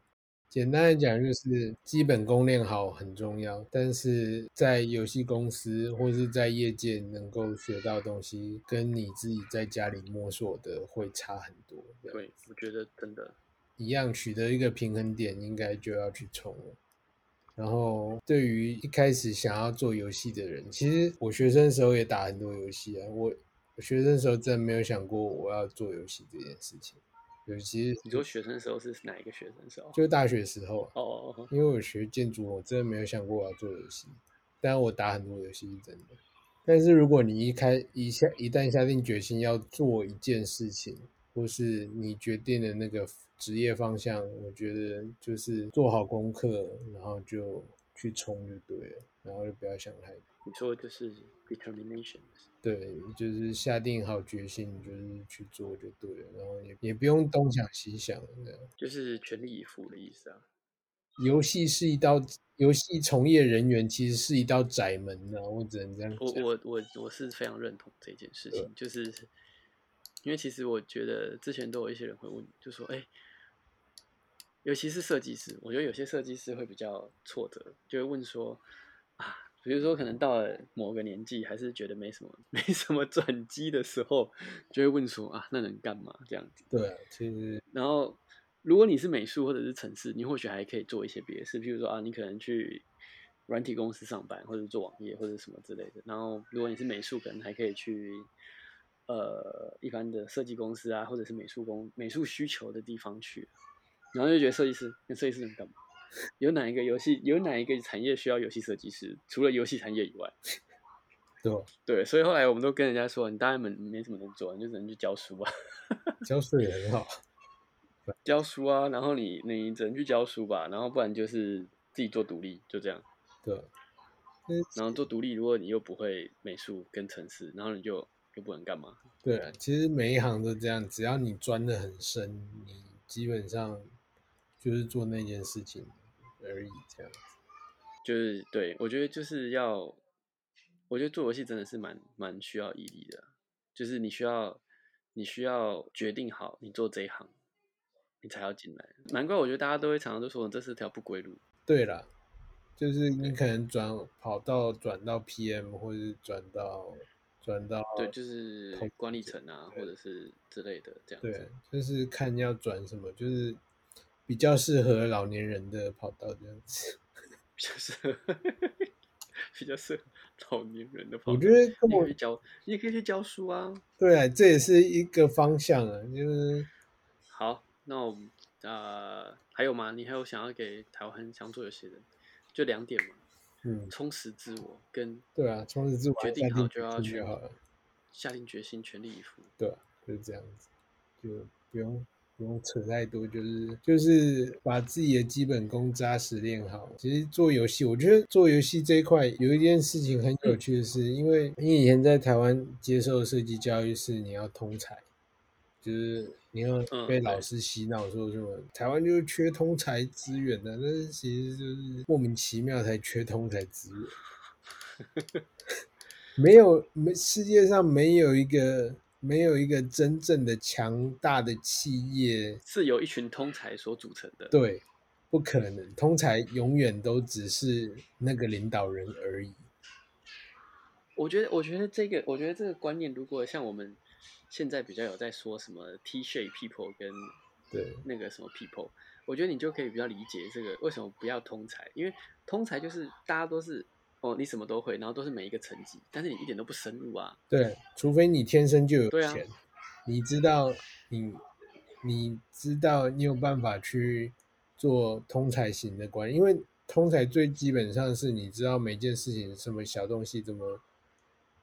简单来讲，就是基本功练好很重要，但是在游戏公司或是在业界能够学到的东西，跟你自己在家里摸索的会差很多。这样
对，我觉得真的
一样取得一个平衡点，应该就要去冲了。然后，对于一开始想要做游戏的人，其实我学生时候也打很多游戏啊。我我学生时候真的没有想过我要做游戏这件事情，尤其是
你说学生时候是哪一个学生时候？
就是大学时候啊，
哦，哦
因为我学建筑，我真的没有想过我要做游戏，但我打很多游戏是真的。但是如果你一开一下一旦下定决心要做一件事情，或是你决定的那个职业方向，我觉得就是做好功课，然后就去冲就对了，然后就不要想太多。
你说就是 determination，
对，就是下定好决心，就是去做就对了，然后也也不用东想西想这样。
就是全力以赴的意思啊。
游戏是一道，游戏从业人员其实是一道窄门呐、我只能这样
我
讲。
我我我是非常认同这件事情，就是因为其实我觉得之前都有一些人会问，就说哎、尤其是设计师，我觉得有些设计师会比较挫折，就会问说啊，比如说可能到了某个年纪，还是觉得没什么 *laughs* 没什么转机的时候，就会问说啊，那能干嘛这样子？
对啊，其实
然后，如果你是美术或者是城市，你或许还可以做一些别的事，譬如说啊，你可能去软体公司上班，或者做网页或者什么之类的。然后，如果你是美术，可能还可以去呃一般的设计公司啊，或者是美术公美术需求的地方去。然后就觉得设计师跟设计师能干嘛？有哪一个游戏有哪一个产业需要游戏设计师？除了游戏产业以外，
对吧？
对，所以后来我们都跟人家说，你当然没没什么能做，你就只能去教书啊。
教啊授也很好。
教书啊，然后你你只能去教书吧，然后不然就是自己做独立，就这样。
对啊，
然后做独立，如果你又不会美术跟程式，然后你就又不能干嘛？
对啊，其实每一行都这样，只要你钻得很深，你基本上就是做那件事情而已，这样。
就是对我觉得就是要，我觉得做游戏真的是蛮蛮需要毅力的，就是你需要你需要决定好你做这一行，你才要进来。难怪我觉得大家都会常常都说我这是条不归路。
对啦，就是你可能转跑道转到 PM 或者是转到转到
对，就是
哦同
管理
阶
层啊，
对
或者是之类的这样子。
对，就是看要转什么，就是比较适合老年人的跑道这样子。
比较适合 *laughs* 比较适合老年人的跑
我
道。
觉得跟
你
我
可以教，你也可以去教书啊。
对啊，这也是一个方向啊，就是
好，那我们呃还有吗？你还有想要给台湾乡村有些人，就两点嘛，
嗯，
充实自我跟
对啊，从此之后
决定好就要去
好了，
下定决心，全力以赴。
对啊，就是这样子，就不用不用扯太多，就是就是把自己的基本功扎实练好。其实做游戏，我觉得做游戏这一块有一件事情很有趣的是，因为你以前在台湾接受的设计教育是你要通才。就是你要
嗯对
被老师洗脑说什么、台湾就是缺通才资源的、但是其实就是莫名其妙才缺通才资源。没有没世界上没有一个没有一个真正的强大的企业，
是由一群通才所组成的。
对，不可能，通才永远都只是那个领导人而已。
我觉得，我觉得这个，我觉得这个观念，如果像我们现在比较有在说什么 T shape people 跟
对
那个什么 people，我觉得你就可以比较理解这个为什么不要通才，因为通才就是大家都是哦，你什么都会，然后都是每一个层级，但是你一点都不深入啊。
对，除非你天生就有
对啊
钱，你知道你你知道你有办法去做通才型的管理，因为通才最基本上是你知道每件事情什么小东西怎么，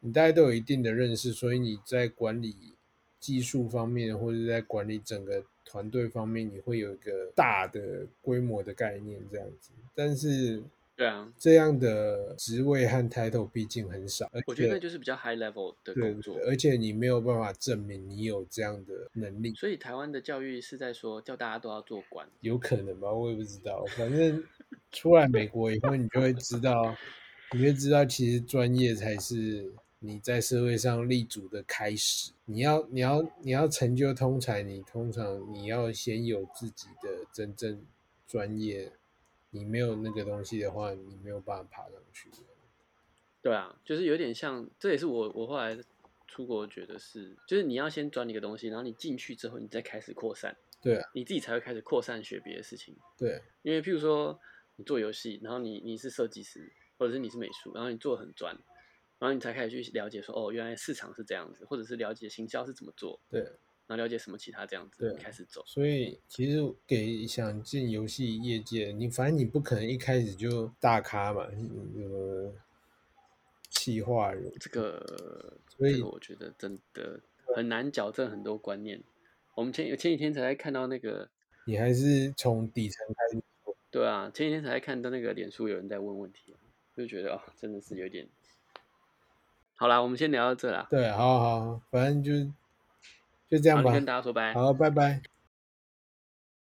你大概都有一定的认识，所以你在管理技术方面或者在管理整个团队方面，你会有一个大的规模的概念这样子，但是。
对啊，
这样的职位和 title 毕竟很少，而
我觉得那就是比较 high level 的
对
工作。
而且你没有办法证明你有这样的能力，
所以台湾的教育是在说叫大家都要做官，
有可能吧？我也不知道。反正出来美国以后，你就会知道，你就会知道，其实专业才是你在社会上立足的开始。你要，你要，你要成就通才，你通常你要先有自己的真正专业。你没有那个东西的话，你没有办法爬上去。
对啊，就是有点像，这也是我我后来出国觉得是，就是你要先钻一个东西，然后你进去之后，你再开始扩散，
对啊，
你自己才会开始扩散学别的事情。
对，
因为譬如说你做游戏，然后你你是设计师，或者是你是美术，然后你做得很专，然后你才开始去了解说，哦，原来市场是这样子，或者是了解行销是怎么做，
对。
然后了解什么其他这样
对
子，你开始走。
所以其实给想进游戏业界，你反正你不可能一开始就大咖嘛，你你什么企划人，
这个，
所以
这个我觉得真的很难矫正很多观念。我们前前几天才在看到那个，
你还是从底层开始做。
对啊，前几天才在看到那个脸书有人在问问题啊，就觉得哦，真的是有点。好啦，我们先聊到这啦，
对，好好好，反正就就这样
好，
吧
你。跟大家说拜。
好，拜拜。